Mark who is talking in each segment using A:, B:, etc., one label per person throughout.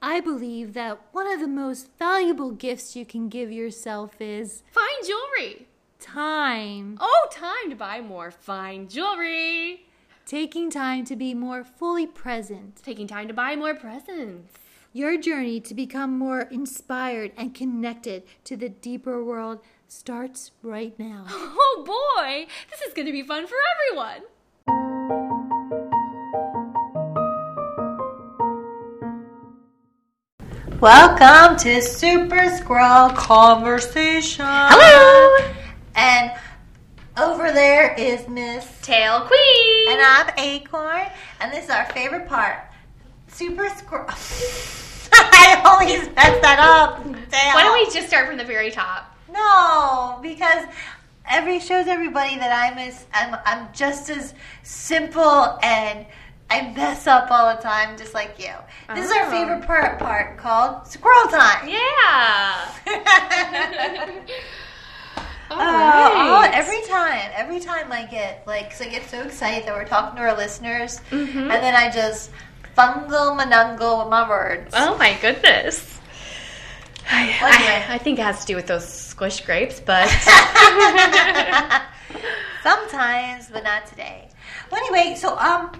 A: I believe that one of the most valuable gifts you can give yourself is
B: Fine jewelry.
A: time.
B: Oh, time to buy more fine jewelry.
A: Taking time to be more fully present.
B: Taking time to buy more presents.
A: Your journey to become more inspired and connected to the deeper world starts right now.
B: Oh boy, this is going to be fun for everyone.
C: Welcome to Super Squirrel Conversation.
B: Hello.
C: And over there is Miss,
B: Tail Queen.
C: and I'm Acorn, and this is our favorite part. Super Squirrel. I always mess that up. Damn.
B: Why don't we just start from the very top?
C: No, because every shows everybody that I'm as I'm, I'm just as simple and I mess up all the time, just like you. This is
B: Oh.
C: our favorite part part called Squirrel Time.
B: Yeah. All
C: Oh, oh,
B: right.
C: every time, every time I get like, 'cause I get so excited that we're talking to our listeners,
B: Mm-hmm.
C: and then I just fungal manungle with my words.
B: Oh my goodness. I,
C: Anyway.
B: I, I think it has to do with those squish grapes, but
C: Sometimes, but not today. Well, anyway, so um,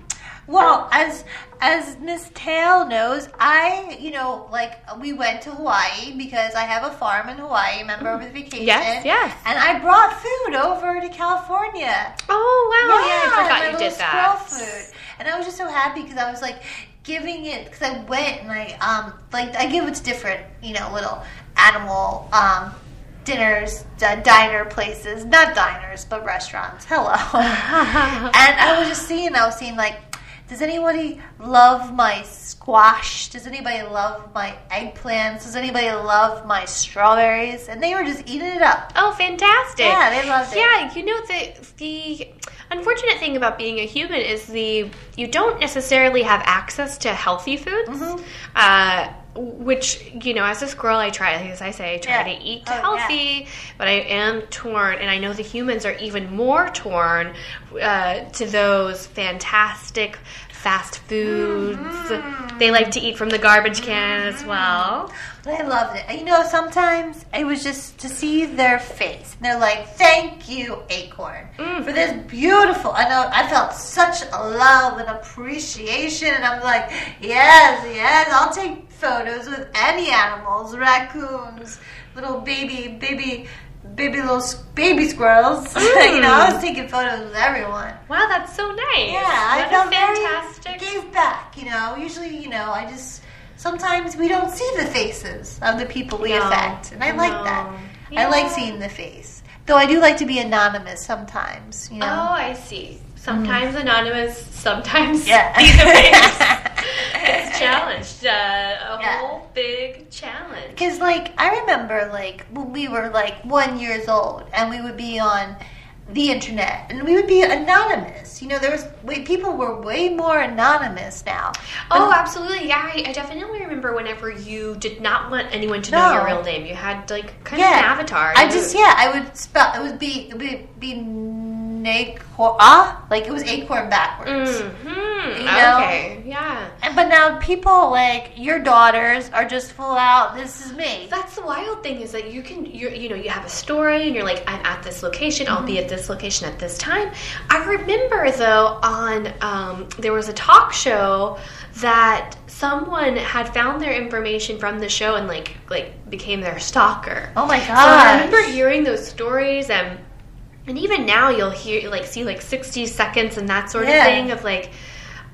C: well, as as Miss Tail knows, I you know like we went to Hawaii because I have a farm in Hawaii. Remember over the vacation?
B: Mm-hmm. Yes, yes.
C: And I brought food over to California.
B: oh wow, yeah, I
C: my
B: forgot you
C: little
B: did that.
C: squirrel food. And I was just so happy because I was like giving it because I went and I um like I give it to different you know little animal um dinners d- diner places not diners but restaurants hello and I was just seeing I was seeing like does anybody love my squash? Does anybody love my eggplants? Does anybody love my strawberries? And they were just eating it up.
B: Oh, fantastic!
C: Yeah, they loved it.
B: Yeah, you know the the unfortunate thing about being a human is the you don't necessarily have access to healthy foods.
C: Mm-hmm.
B: Uh, which you know, as a squirrel, I try as I say, I try
C: Yeah.
B: to eat
C: Oh, yeah.
B: healthy, but I am torn, and I know the humans are even more torn uh, to those fantastic fast foods.
C: Mm-hmm.
B: They like to eat from the garbage can as well.
C: But I loved it. And, You know, sometimes it was just to see their face. And they're like, "Thank you, Acorn, for this beautiful." I know I felt such a love and appreciation, and I'm like, "Yes, yes, I'll take photos with any animals, raccoons, little baby, baby, baby, little s- baby squirrels." you know, I was taking photos with everyone.
B: Wow, that's so nice.
C: Yeah,
B: What
C: I
B: a
C: felt
B: fantastic.
C: Very gave back, you know. Usually, you know, I just sometimes we don't see the faces of the people we
B: No,
C: affect, and I
B: no.
C: like that. I
B: Yeah.
C: like seeing the face, though. I do like to be anonymous sometimes, you
B: Oh,
C: know.
B: I see. Sometimes anonymous, sometimes
C: Yeah.
B: see the face. it's challenged. Uh, a
C: Yeah.
B: whole big challenge.
C: Because, like, I remember, like, when we were, like, one years old, and we would be on the internet, and we would be anonymous. You know, there was, way, people were way more anonymous now.
B: Oh, absolutely. Yeah, I, I definitely remember whenever you did not want anyone to know
C: No.
B: your real name. You had like kind of an
C: Yeah.
B: avatar.
C: I
B: You-
C: just yeah, I would spell it would be it would be acorn ah like it was acorn backwards.
B: Mhm.
C: You know?
B: Okay. Yeah.
C: And but now people like your daughters are just full out. This is me.
B: That's the wild thing is that you can you you know you have a story and you're like I'm at this location I'll be at this location at this time. I remember though on um, there was a talk show that someone had found their information from the show and like like became their stalker.
C: Oh my
B: So I
C: god!
B: remember hearing those stories and and even now you'll hear like see like 60 seconds and that sort
C: Yeah.
B: of thing of like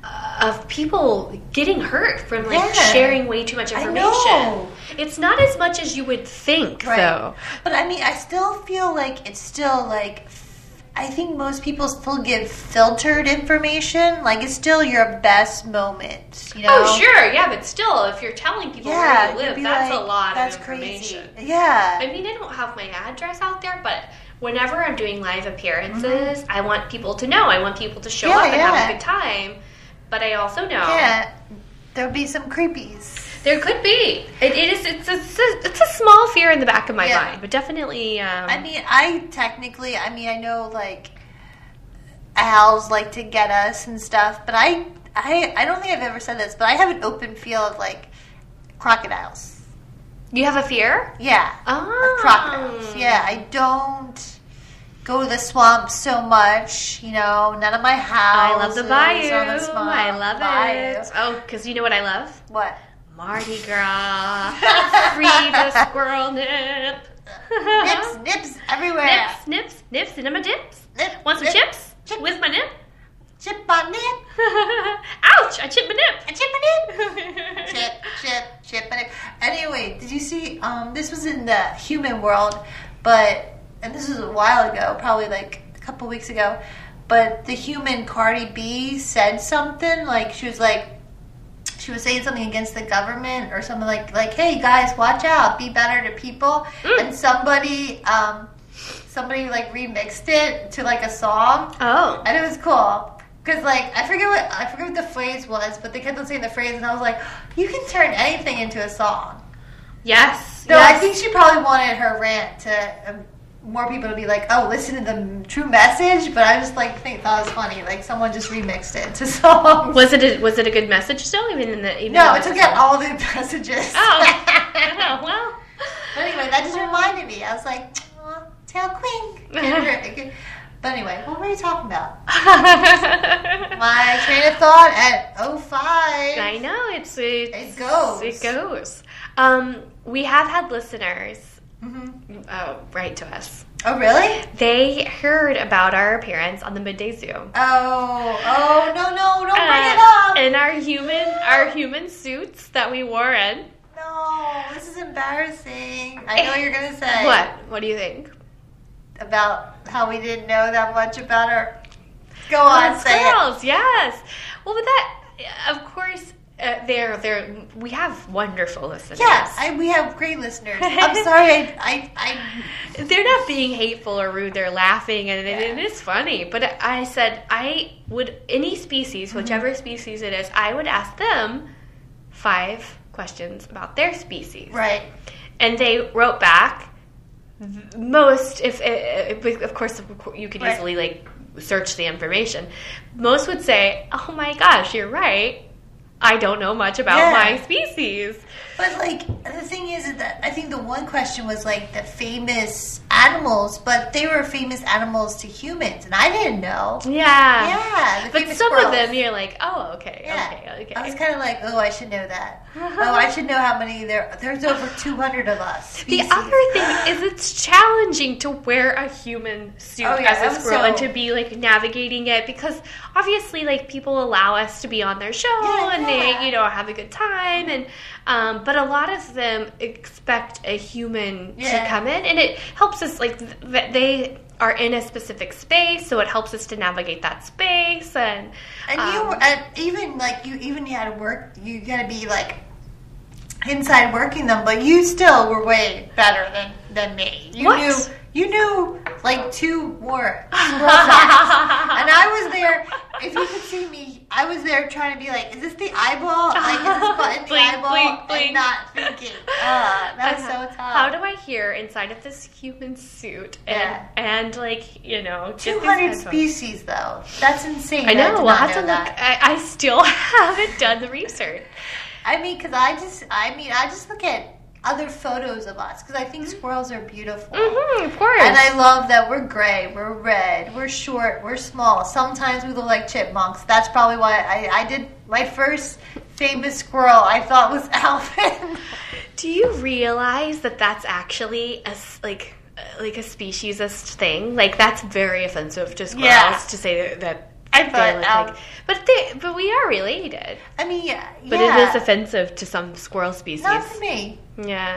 B: uh, of people getting hurt from like
C: Yeah.
B: sharing way too much
C: I
B: information.
C: know.
B: It's not as much as you would think
C: Right.
B: though.
C: But I mean, I still feel like it's still like. I think most people still give filtered information. Like it's still your best moment, you know.
B: Oh sure, yeah, but still if you're telling people
C: Yeah,
B: where you
C: you'd
B: live,
C: be
B: that's a
C: like,
B: lot
C: that's
B: of information.
C: Crazy. Yeah.
B: I mean, I don't have my address out there, but whenever I'm doing live appearances, I want people to know. I want people to show
C: Mm-hmm.
B: up
C: Yeah,
B: and have
C: yeah.
B: a good time. But I also know
C: yeah. There'll be some creepies.
B: there could be. It, it is. It's a, it's a. It's a small fear in the back of my
C: Yeah.
B: mind, but definitely. Um,
C: I mean, I technically, I mean, I know like owls like to get us and stuff, but I, I, I don't think I've ever said this, but I have an open feel of like crocodiles.
B: You have a fear?
C: Yeah.
B: Oh.
C: of
B: Hmm.
C: crocodiles. Yeah, I don't go to the swamp so much. You know, none of my house.
B: I love the
C: is
B: bayou.
C: on the swamp.
B: I love
C: Bayou.
B: it. Oh, because you know what I love?
C: What?
B: Mardi Gras. Free the squirrel nip.
C: nips, nips everywhere.
B: Uh-huh. nips, nips, nips, and I'm a dips.
C: Nip,
B: Want some
C: nip,
B: chips?
C: chip.
B: With my nip?
C: Chip on nip.
B: Ouch! I chipped my nip.
C: A chip on nip. Chip, chip, chip on nip. Anyway, did you see? Um, this was in the human world, but and this was a while ago, probably like a couple weeks ago. But the human Cardi B said something like she was like she was saying something against the government or something like like hey guys watch out be better to people
B: Mm.
C: and somebody um somebody like remixed it to like a song
B: Oh.
C: and it was cool because like i forget what i forget what the phrase was but they kept on saying the phrase and i was like you can turn anything into a song
B: Yes.
C: so i
B: yes.
C: think she probably wanted her rant to um, more people to be like oh listen to the m- true message but i just like think that was funny like someone just remixed it to song
B: Was it a, was it a good message still? Even in the even
C: no
B: though
C: it
B: was
C: took
B: a
C: out
B: song?
C: all the messages
B: Oh. oh well.
C: But anyway, that just reminded me. I was like, "Aw, tail queen. but anyway, what were you talking about? My train of thought at 05.
B: I know it's it's
C: It goes.
B: It goes. Um, we have had listeners
C: hmm
B: uh, write to us.
C: Oh, really?
B: They heard about our appearance on the midday zoo.
C: Oh, oh, no, no, don't bring it
B: Uh,
C: up.
B: In our human our human suits that we wore in.
C: no, this is embarrassing. I know what you're going to say.
B: Eh, What? What do you think?
C: About how we didn't know that much about her. Go on,
B: Us
C: say Oh, it.
B: girls, yes. Well, but that, of course, uh, they're, they're, we have wonderful listeners.
C: Yes, I, we have great listeners. I'm sorry, I, I, I
B: they're not being hateful or rude. They're laughing, and it, it is funny. But I I said I would any
C: Mm-hmm.
B: species, whichever species it is, I would ask them five questions about their species,
C: right.
B: and they wrote back th- most if uh, uh, of course you could
C: Right.
B: easily like search the information most would say oh my gosh you're right i don't know much about
C: Yeah.
B: my species
C: But like the thing is that I think the one question was like the famous animals, but they were famous animals to humans, and I didn't know.
B: yeah
C: Yeah, the
B: but
C: famous
B: some of
C: squirrels.
B: them you're like oh okay
C: Yeah.
B: okay okay
C: I was kind of like, oh, I should know that. oh, I should know how many there. There's over 200 of us.
B: The
C: species.
B: other thing is it's challenging to wear a human suit
C: Oh, yeah,
B: as a
C: I'm
B: squirrel and
C: so-
B: to be like navigating it because obviously like people allow us to be on their show
C: Yeah,
B: and
C: yeah.
B: they you know have a good time and um, but a lot of them expect a human
C: Yeah.
B: to come in and it helps us like th- th- they are in a specific space so it helps us to navigate that space and
C: and you
B: um,
C: were, and even like you even you had to work. You gotta be like inside working them, but you still were way better than than me. You
B: What?
C: knew you knew like two more squirrel facts. And I was there. If you could see me, I was there trying to be like, is this the eyeball? Like, is this button the
B: Blink,
C: eyeball?
B: blink, blink.
C: And not thinking. Uh, that was
B: Uh-huh.
C: so tough.
B: How do I hear inside of this human suit and
C: Yeah.
B: and like you know get these
C: 200
B: headphones?
C: species, though. That's insane.
B: I
C: did
B: know. We'll
C: not
B: have to
C: know
B: look.
C: that.
B: I, I still haven't done the research.
C: I mean, because I just, I mean, I just look at other photos of us because I think
B: Mm-hmm.
C: squirrels are beautiful.
B: hmm of course.
C: And I love that we're gray, we're red, we're short, we're small. Sometimes we look like chipmunks. That's probably why I, I did my first famous squirrel I thought was Alvin.
B: Do you realize that that's actually a s- like uh, like a speciesist thing? Like that's very offensive to squirrels
C: Yeah.
B: to say that.
C: I
B: they
C: thought,
B: look
C: um,
B: like, but they, but we are related.
C: I mean, yeah.
B: But it
C: yeah.
B: is offensive to some squirrel species.
C: Not to me.
B: yeah,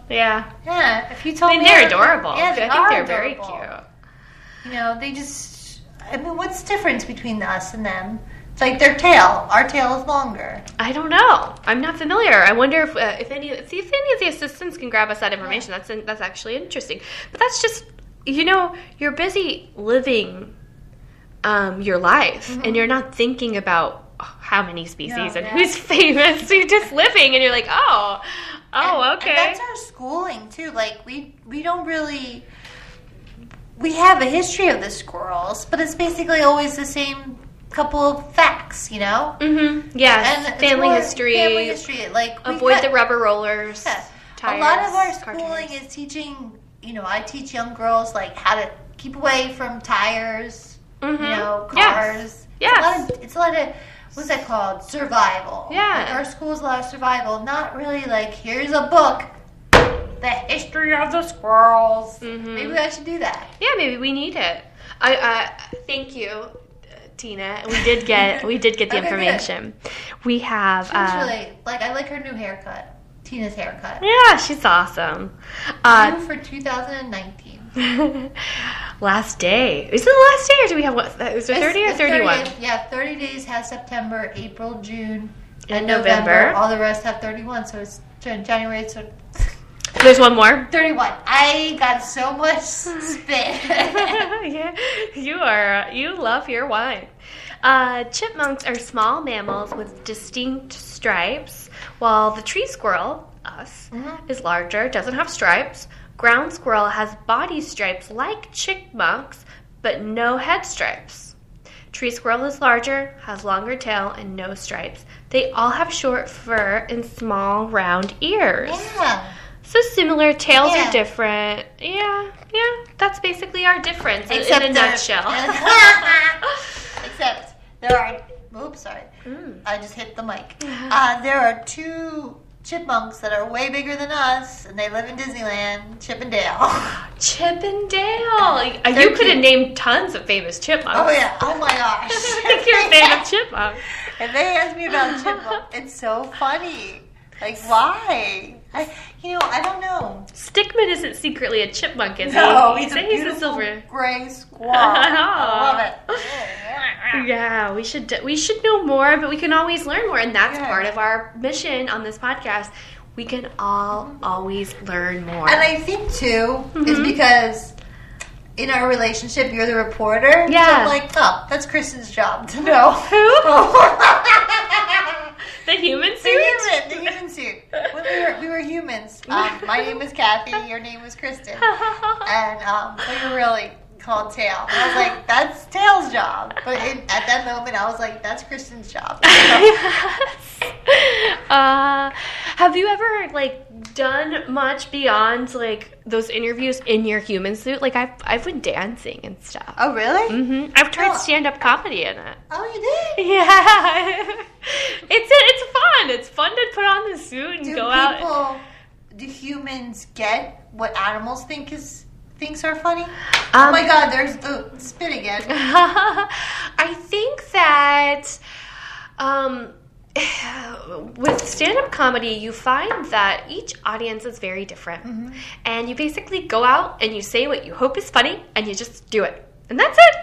C: No.
B: yeah.
C: Yeah. If you told
B: I mean,
C: me,
B: they're adorable.
C: Yeah, they
B: I think
C: are
B: they're
C: adorable.
B: very cute.
C: You know, they just. I mean, what's the difference between us and them? It's like their tail. Our tail is longer.
B: I don't know. I'm not familiar. I wonder if uh, if any see if any of the assistants can grab us that information. That's in, that's actually interesting. But that's just you know you're busy living um, your life and you're not thinking about how many species
C: No,
B: and
C: Mm-hmm. yeah.
B: who's famous. You're just living and you're like oh oh
C: And-
B: okay.
C: And that's our schooling too. Like we we don't really we have a history of the squirrels, but it's basically always the same couple of facts, you know?
B: Mm-hmm. Yes.
C: it's
B: family
C: more
B: history.
C: Family history. Like we've
B: Avoid
C: got-
B: the rubber rollers.
C: Yeah.
B: Tires,
C: a lot of our
B: car
C: schooling
B: tires.
C: is teaching. You know, I teach young girls like how to keep away from tires.
B: Mhm.
C: You know,
B: Yes.
C: cars.
B: Yes.
C: It's a lot of. It's a lot of what's that called? Survival.
B: Yeah.
C: Like, our school's a lot of survival. Not really like here's a book. The history of the squirrels.
B: Mhm.
C: Maybe I should do that.
B: Yeah, maybe we need it. I uh, thank you, uh, Tina. We did get we did get the
C: Okay, good.
B: information. We have.
C: She was
B: uh,
C: really like I like her new haircut. Tina's haircut.
B: yeah, she's awesome. Uh,
C: New for 2019. Mm-hmm.
B: last day. Is it the last day, or do we have what? uh, Is it
C: It's
B: thirty or
C: the
B: thirty-one?
C: 30th. Yeah, 30 days has September, April, June,
B: And
C: and,
B: November.
C: November. All the rest have 31, so it's Jan- January, so
B: There's one more.
C: 31. I got so much spit.
B: yeah, you are. You love your wine. Uh, chipmunks are small mammals with distinct stripes, while the tree squirrel, us,
C: Mhm.
B: is larger, doesn't have stripes. Ground squirrel has body stripes like chipmunks, but no head stripes. Tree squirrel is larger, has longer tail, and no stripes. They all have short fur and small round ears.
C: yeah.
B: So similar, tails
C: Yeah.
B: are different. Yeah, yeah. That's basically our difference in- in a
C: there-
B: nutshell.
C: Except there are. Oops, sorry.
B: Mm.
C: I just hit the mic. Uh, there are two chipmunks that are way bigger than us, and they live in Disneyland, Oh, Chip and Dale.
B: Chip and Dale. Uh, You
C: They're
B: could have
C: cute.
B: named tons of famous chipmunks.
C: Oh yeah! Oh my gosh!
B: I think you're a fan of chipmunks.
C: And they asked me about chipmunk. It's so funny. Like why? I, you know, I don't know.
B: Stickman isn't secretly a chipmunk, is he? He's, he's a silver.
C: gray squirrel. I love it.
B: Yeah, we should d- we should know more, but we can always learn more, and that's
C: Yeah.
B: part of our mission on this podcast. We can all always learn more.
C: And I think too is because in our relationship, you're the reporter. So
B: Yeah.
C: I'm like, oh, that's Kristen's job to know.
B: the human
C: The
B: suit.
C: human, the human suit. When we were, we were humans. Um, my name was Kathy. Your name was Kristen. and um, we were really called Tail. I was like, that's Tail's job. But in, at that moment, I was like, that's Kristen's job.
B: uh, have you ever like done much beyond like those interviews in your human suit? Like I've I've been dancing and stuff.
C: oh, really?
B: hmm I've tried
C: Oh.
B: stand up comedy in it.
C: Oh, you did?
B: Yeah, it's it's fun. It's fun to put on the suit and
C: Do
B: go
C: people,
B: out.
C: do humans get what animals think is thinks are funny? oh
B: Um,
C: my God, there's the spit again.
B: I think that um, with stand up comedy, you find that each audience is very different.
C: Mm-hmm.
B: And you basically go out and you say what you hope is funny and you just do it. And that's it.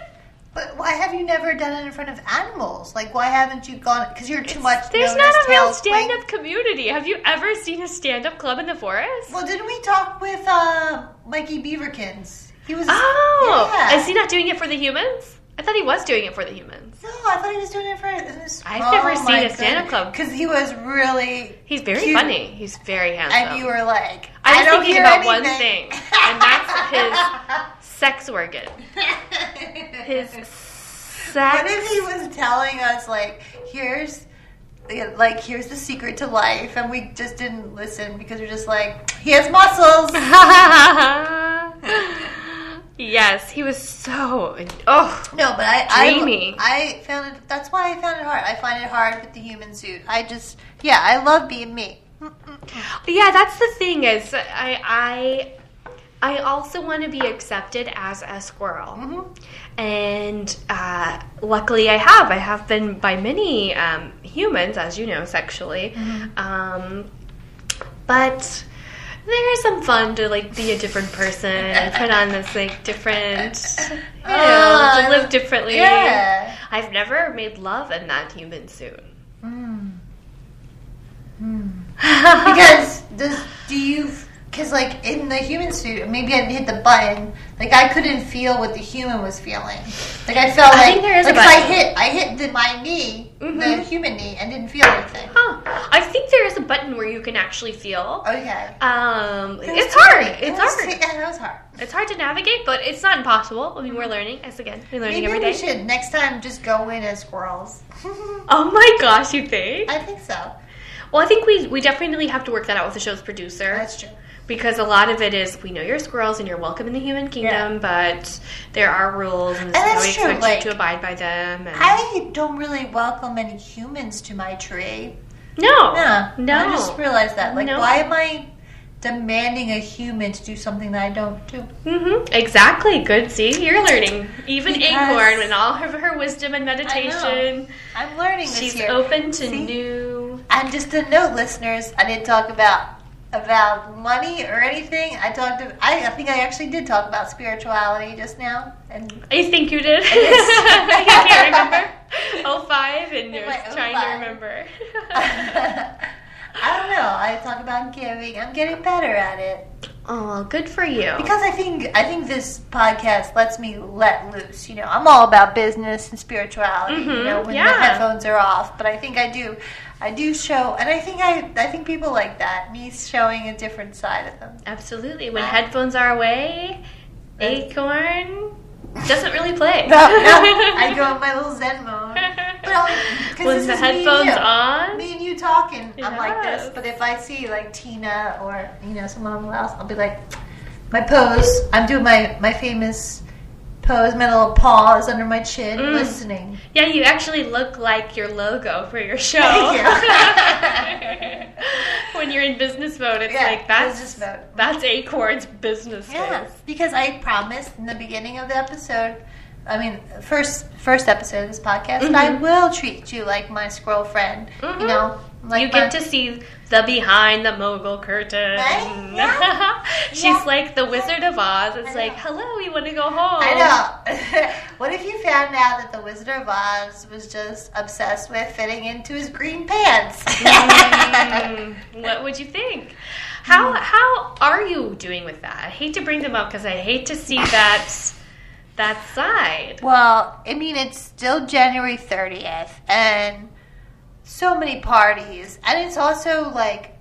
C: But why have you never done it in front of animals? Like, why haven't you gone? Because you're too much.
B: There's
C: known
B: not
C: as
B: a real
C: Tail's
B: stand
C: Wing.
B: up community. Have you ever seen a stand up club in the forest?
C: Well, didn't we talk with uh, Mikey Beaverkins? He was.
B: Oh,
C: yeah.
B: is he not doing it for the humans? I thought he was doing it for the humans.
C: No, I thought he was doing it for. oh It was,
B: I've never seen a stand-up club.
C: because he was really,
B: He's very
C: Cute.
B: funny. He's very handsome.
C: and you were like,
B: I was
C: don't
B: thinking
C: hear
B: about one
C: anything."
B: thing, and that's Sex organ. His sex.
C: What if he was telling us like, here's, like here's the secret to life, and we just didn't listen because we're just like, he has muscles.
B: yes, he was so. Oh,
C: No, but I,
B: Dreamy.
C: I I found it. That's why I found it hard. I find it hard with the human suit. I just, yeah, I love being me.
B: yeah. That's the thing is, I, I, I also want to be accepted as a squirrel, and uh, luckily I have. I have been by many um, humans, as you know, sexually. Um, but there is some fun to like be a different person and put on this like different you know,
C: Ah,
B: to live differently.
C: yeah.
B: I've never made love in that human suit.
C: Because does do you? Because like in the human suit, maybe I hit the button. Like I couldn't feel what the human was feeling. Like I felt
B: I
C: like
B: think there is a
C: like, if I
B: button. Mm-hmm.
C: hit I hit the, my knee. the human knee and didn't feel anything.
B: Huh. I think there is a button where you can actually
C: Uh,
B: feel.
C: Okay.
B: Um,
C: That
B: it's
C: was
B: hard.
C: tricky.
B: It's
C: That was-
B: hard.
C: Yeah, that was hard.
B: It's hard to navigate, but it's not impossible. I mean, we're learning. As again, we're learning
C: Maybe
B: every
C: we
B: day.
C: should next time just go in as squirrels.
B: Oh my gosh, you think?
C: I think so.
B: Well, I think we we definitely have to work that out with the show's producer.
C: That's true.
B: because a lot of it is we know you're squirrels and you're welcome in the human kingdom, but there are rules and, this
C: And
B: is how
C: that's
B: we
C: true,
B: expect
C: like,
B: you to abide by them. And...
C: I don't really welcome any humans to my tree.
B: no,
C: Yeah. I
B: no,
C: just realized that. Like,
B: No.
C: why am I demanding a human to do something that I don't do?
B: hmm exactly. Good. See, you're learning. Even
C: Because-
B: Acorn, with all of her wisdom and meditation,
C: I'm learning this
B: she's
C: year.
B: open to
C: See?
B: new.
C: And just to note, listeners, I didn't talk about about money or anything. I talked. Of, I, I think I actually did talk about spirituality just now, and
B: I think you did.
C: is.
B: I can't remember. Oh five, and you're
C: my
B: trying
C: 05.
B: to remember.
C: I don't know. I talk about giving. I'm getting better at it
B: oh, good for you.
C: because I think I think this podcast lets me let loose. You know, I'm all about business and spirituality.
B: Mhm,
C: You know, when the
B: yeah.
C: headphones are off, but I think I do. I do show, and I think I, I think people like that. Me showing a different side of them.
B: Absolutely. When headphones are away,
C: Right.
B: Acorn doesn't really play.
C: No, no, I go in my little Zen mode. But only
B: With
C: because
B: the
C: this is me and
B: headphones
C: you.
B: on.
C: Me and you talking, I'm like
B: Yes.
C: this. But if I see like Tina or you know someone else, I'll be like, my pose. I'm doing my my famous pose. My little paws under my chin,
B: Mm.
C: listening.
B: Yeah, you actually look like your logo for your show.
C: Thank
B: when you're in business mode, it's
C: Yeah,
B: like that's
C: business mode.
B: that's Acorn's business.
C: Yeah,
B: face.
C: because I promised in the beginning of the episode. I mean, first first episode of this podcast, I
B: Mhm.
C: will treat you like my squirrel friend.
B: Mhm.
C: You know, like
B: you
C: my-
B: get to see the behind the mogul curtain.
C: Right? Yeah.
B: She's
C: Yeah.
B: like the Wizard of Oz. It's
C: I
B: like,
C: know.
B: hello, we want to go home.
C: I know. what if you found out that the Wizard of Oz was just obsessed with fitting into his green pants?
B: Mm, what would you think? How
C: Mm.
B: how are you doing with that? I hate to bring them up because I hate to see that that side.
C: well, I mean, it's still January 30th, and so many parties, and it's also like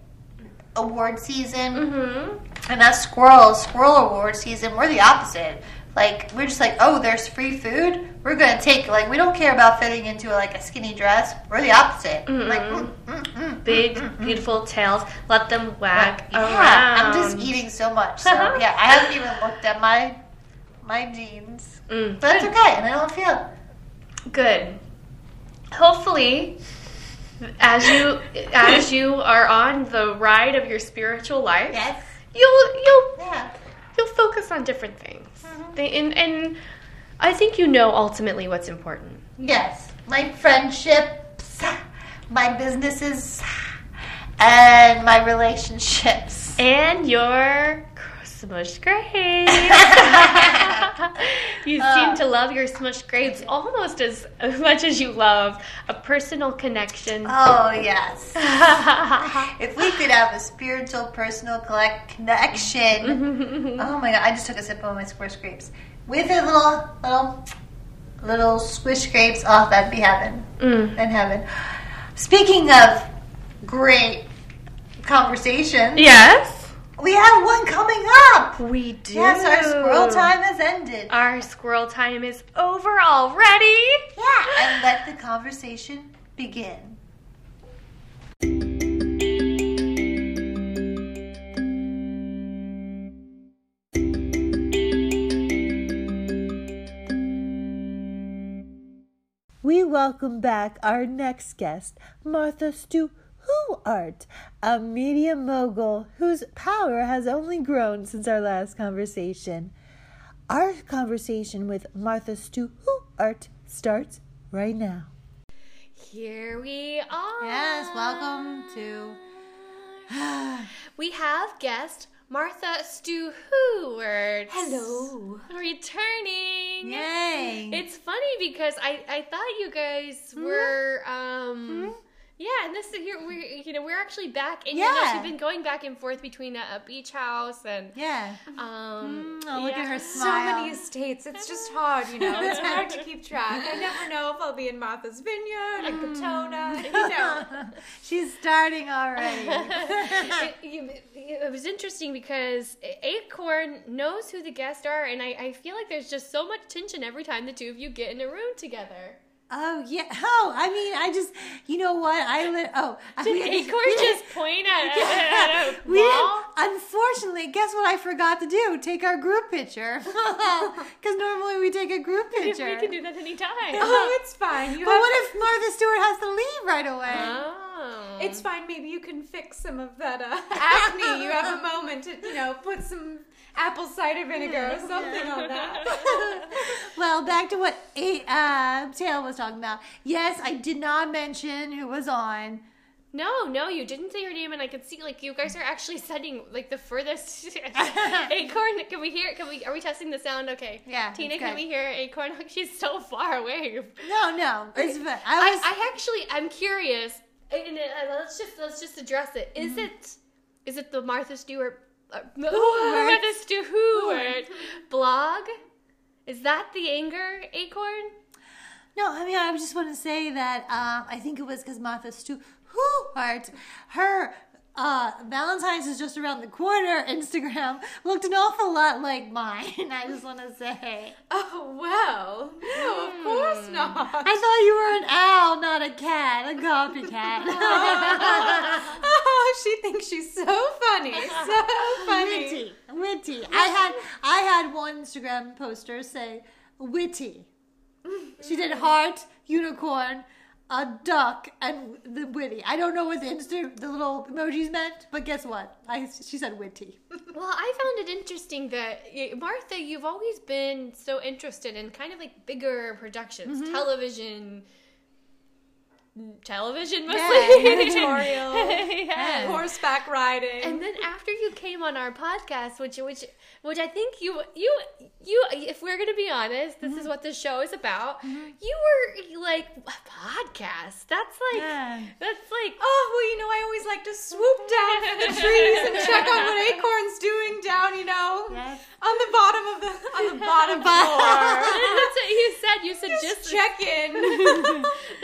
C: award season.
B: hmm
C: And as squirrels, squirrel award season, we're the opposite. Like we're just like, oh, there's free food. We're gonna take like we don't care about fitting into like a skinny dress. We're the opposite.
B: Mhm.
C: Like mm, mm, mm,
B: Big
C: mm, mm, mm.
B: beautiful tails. Let them whack
C: Yeah,
B: around.
C: I'm just eating so much. So yeah, I haven't even looked at my my jeans,
B: Mm,
C: but that's okay, and I don't feel.
B: good. Hopefully, as you as you are on the ride of your spiritual life,
C: Yes.
B: you'll you'll
C: Yeah.
B: you'll focus on different things.
C: Mhm.
B: They, and, and I think you know ultimately what's important.
C: Yes. My friendships, my businesses, and my relationships.
B: And your smush grades. you
C: Uh,
B: seem to love your smush grades almost as, as much as you love a personal connection.
C: Oh yes. If we could have a spiritual, personal collect-
B: Mm-hmm.
C: connection.
B: Mm.
C: Oh my god! I just took a sip of my squish grapes with a little, little, little squish grapes. Oh, that'd be heaven.
B: Mm.
C: In heaven. Speaking of great conversation,
B: Yes,
C: we have one coming up.
D: We do.
C: Yes, our squirrel time has ended.
B: our squirrel time is over already.
C: Yeah, and let the conversation begin. We welcome back our next guest, Martha Stu Who Art, a media mogul whose power has only grown since our last conversation. Our conversation with Martha Stu Who Art starts right now.
B: Here we are.
C: Yes, welcome to
B: We have guest Martha Stu Heward.
C: Hello.
B: Returning.
C: Yay. Hmm?
B: It's funny because I, I thought you guys were um Yeah, and this is here we you know we're actually back in
A: Yeah.
B: yeah. she's been going back and forth between a, a beach house and
A: Yeah.
C: Hmm.
B: um
A: Oh, look at
B: yeah.
A: her
E: So
A: smile.
E: many estates. It's just hard, you know. It's hard to keep track. I never know if I'll be in Martha's Vineyard or Katona.
B: Mm.
E: You know.
A: She's starting already.
B: it, it- it was interesting because Acorn knows who the guests are, and I, I feel like there's just so much tension every time the two of you get in a room together.
A: oh yeah. Oh, I mean, I just, you know what? I li- oh, I mean,
B: Acorn just point at, at, at a
A: We didn't,
B: wall.
A: unfortunately, guess what I forgot to do? Take our group picture. Because normally we take a group
B: We
A: picture.
B: can do that anytime.
E: Oh, it's fine. You
A: but
E: have
A: what if Martha Stewart has to leave right away?
B: Oh.
E: It's fine. Maybe you can fix some of that uh, acne. You have a moment to, you know, put some apple cider vinegar or something on that.
A: well, back to what a- uh, Taylor was talking about. Yes, I did not mention who was on.
B: No, no, you didn't say your name, and I could see like you guys are actually sitting like the furthest. Acorn, can we hear? it? Can we? Are we testing the sound? Okay.
A: Yeah, it's
B: Tina, can
A: good.
B: we hear Acorn? She's so far away.
A: No, no. It's, I was,
B: I, I actually I'm curious, and uh, let's just let's just address it. Is it- is it the Martha Stewart uh, no, Martha Stewart blog? Is that the anger acorn?
A: No, I mean, I just want to say that um, I think it was because Martha Stewart, her uh, Valentine's is just around the corner Instagram looked an awful lot like mine. I just want to say.
E: oh well. No,
B: Hmm.
E: of course not.
A: I thought you were an owl, not a cat, a copycat.
E: Oh, she thinks she's so funny. So funny.
A: witty, witty. I had I had one Instagram poster say witty. She did heart, unicorn, a duck, and the witty. I don't know what the Insta, the little emojis meant, but guess what? I she said witty.
B: Well, I found it interesting that y- Martha, you've always been so interested in kind of like bigger productions,
E: Mm-hmm.
B: television, television mostly.
E: Editorial.
B: yes.
E: Horseback riding.
B: And then after you came on our podcast, which which which I think you you you if we're gonna be honest, this
E: Mm-hmm.
B: is what the show is about. You were like a podcast. That's like
A: Yeah.
B: that's like
E: Oh, well, you know, I always like to swoop down from the trees and check on what Acorn's doing down, you know,
A: Yes.
E: on the bottom of the on the bottom floor.
B: that's what you said. You said just
E: Just check in.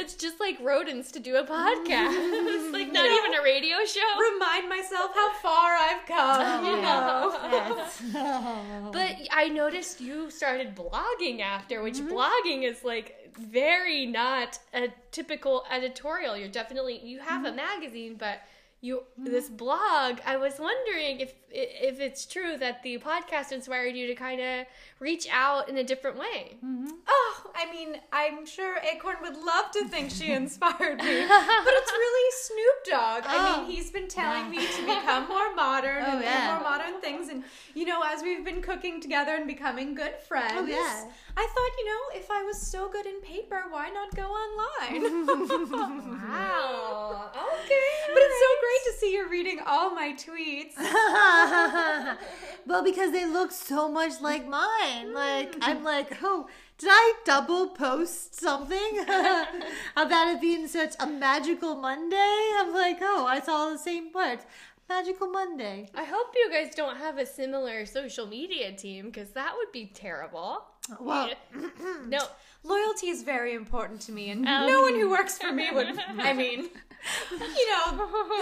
B: it's just like rodents to do a podcast. it's like not even a radio show.
E: Remind myself how far I've come. You know.
B: Oh, But I noticed you started blogging after, which
E: Mm-hmm.
B: blogging is like very not a typical editorial. You're definitely you have
E: Mm-hmm.
B: a magazine, but you this blog. I was wondering if if it's true that the podcast inspired you to kind of reach out in a different way.
E: Oh, I mean, I'm sure Acorn would love to think she inspired me, but it's really Snoop Dogg. I mean, he's been telling me to become more modern and
A: Oh. yeah.
E: do more modern things. And, you know, as we've been cooking together and becoming good friends,
A: Oh, yeah.
E: I thought, you know, if I was so good in paper, why not go online?
B: Wow.
E: but it's so great to see you're reading all my tweets.
A: well, because they look so much like mine. Like I'm like, oh, did I double post something about it being such a magical Monday? I'm like, oh, I saw the same words. Magical Monday.
B: I hope you guys don't have a similar social media team because that would be terrible.
E: Oh.
A: Well,
B: No,
E: Loyalty is very important to me, and
A: Um,
E: no one who works for me would. I mean, you know,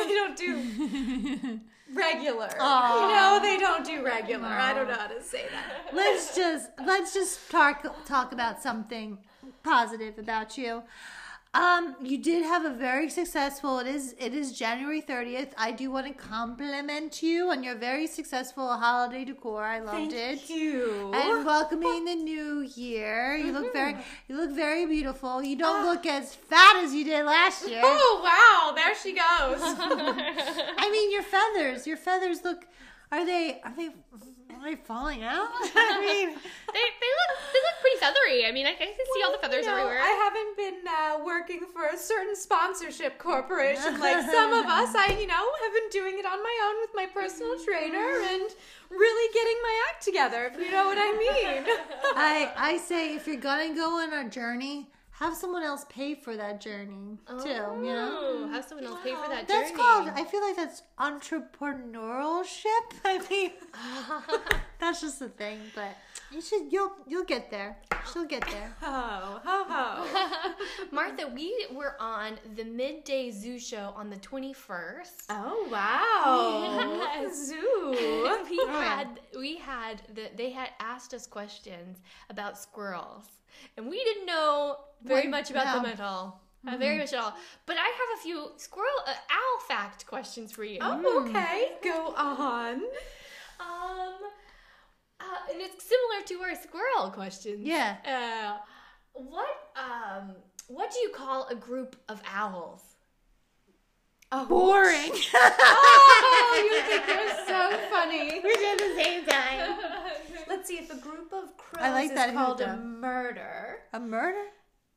E: they don't do regular. You know, they don't do regular. I don't know how to say that.
A: let's just let's just talk talk about something positive about you. Um, you did have a very successful. It is it is January thirtieth. I do want to compliment you on your very successful holiday decor. I loved it.
E: you.
A: and welcoming the new year. You look very, you look very beautiful. You don't look as fat as you did last year.
E: Oh wow! There she goes.
A: I mean, your feathers, your feathers look. Are they? Are they? Are they falling out? I mean,
B: they, they look they look pretty feathery. I mean, I, I can see all the feathers
E: You know,
B: everywhere.
E: I haven't been uh, working for a certain sponsorship corporation like some of us. I, you know, have been doing it on my own with my personal trainer and really getting my act together. If you know what I mean.
A: I I say if you're gonna go on a journey, have someone else pay for that journey too.
B: Oh,
A: You know,
B: have someone else pay for that
A: that's
B: journey.
A: called. I feel like that's entrepreneurship. I mean, that's just a thing. But you should. You'll you'll get there. She'll get there.
E: Ho, ho, ho.
B: Martha, we were on the midday zoo show on the 21st.
E: Oh, wow.
B: Yes.
E: Zoo.
B: we had we had the, they had asked us questions about squirrels, and we didn't know very
A: What?
B: much about
A: No.
B: them at all. Not
E: Mm-hmm.
B: very much at all. But I have a few squirrel uh, owl fact questions for you.
E: Oh, okay. Go on.
B: Um, uh, and it's similar to our squirrel questions.
A: Yeah.
B: Uh, what um, what do you call a group of owls?
A: Boring.
E: Oh, you think you're so funny.
A: at the same time.
E: Let's see if a group of crows
A: I like
E: is
A: that
E: called a
A: hookah.
E: murder.
A: A murder?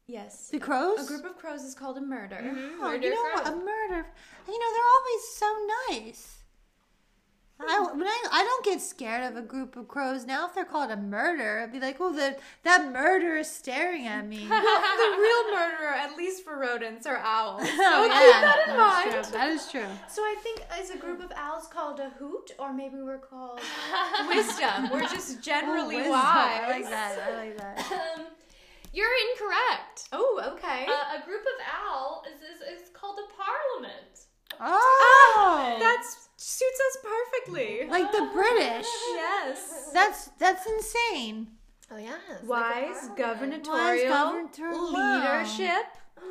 E: Yes.
A: The crows?
E: A group of crows is called a murder.
A: Oh, you know what? A murder. You know they're always so nice. I, when I, I don't get scared of a group of crows now. If they're called a murder, I'd be like, "Oh, the, that murderer is staring at me." oh,
E: the real murderer, at least for rodents, are owls.
A: yeah,
E: that in
A: that's
E: mind.
A: true. That is true.
E: So I think is a group of owls called a hoot, or maybe we're called wisdom. We're just generally
A: Wisdom.
E: wise.
A: I like that. I like that.
B: Um, you're incorrect.
E: Oh, okay.
B: Uh, a group of owl is, is, is called a parliament.
A: Oh,
E: that suits us perfectly.
A: like the British.
E: Yes.
A: That's that's insane.
B: Oh yes.
E: Wise
A: Wise
E: gubernatorial
A: gubernatorial
E: leadership.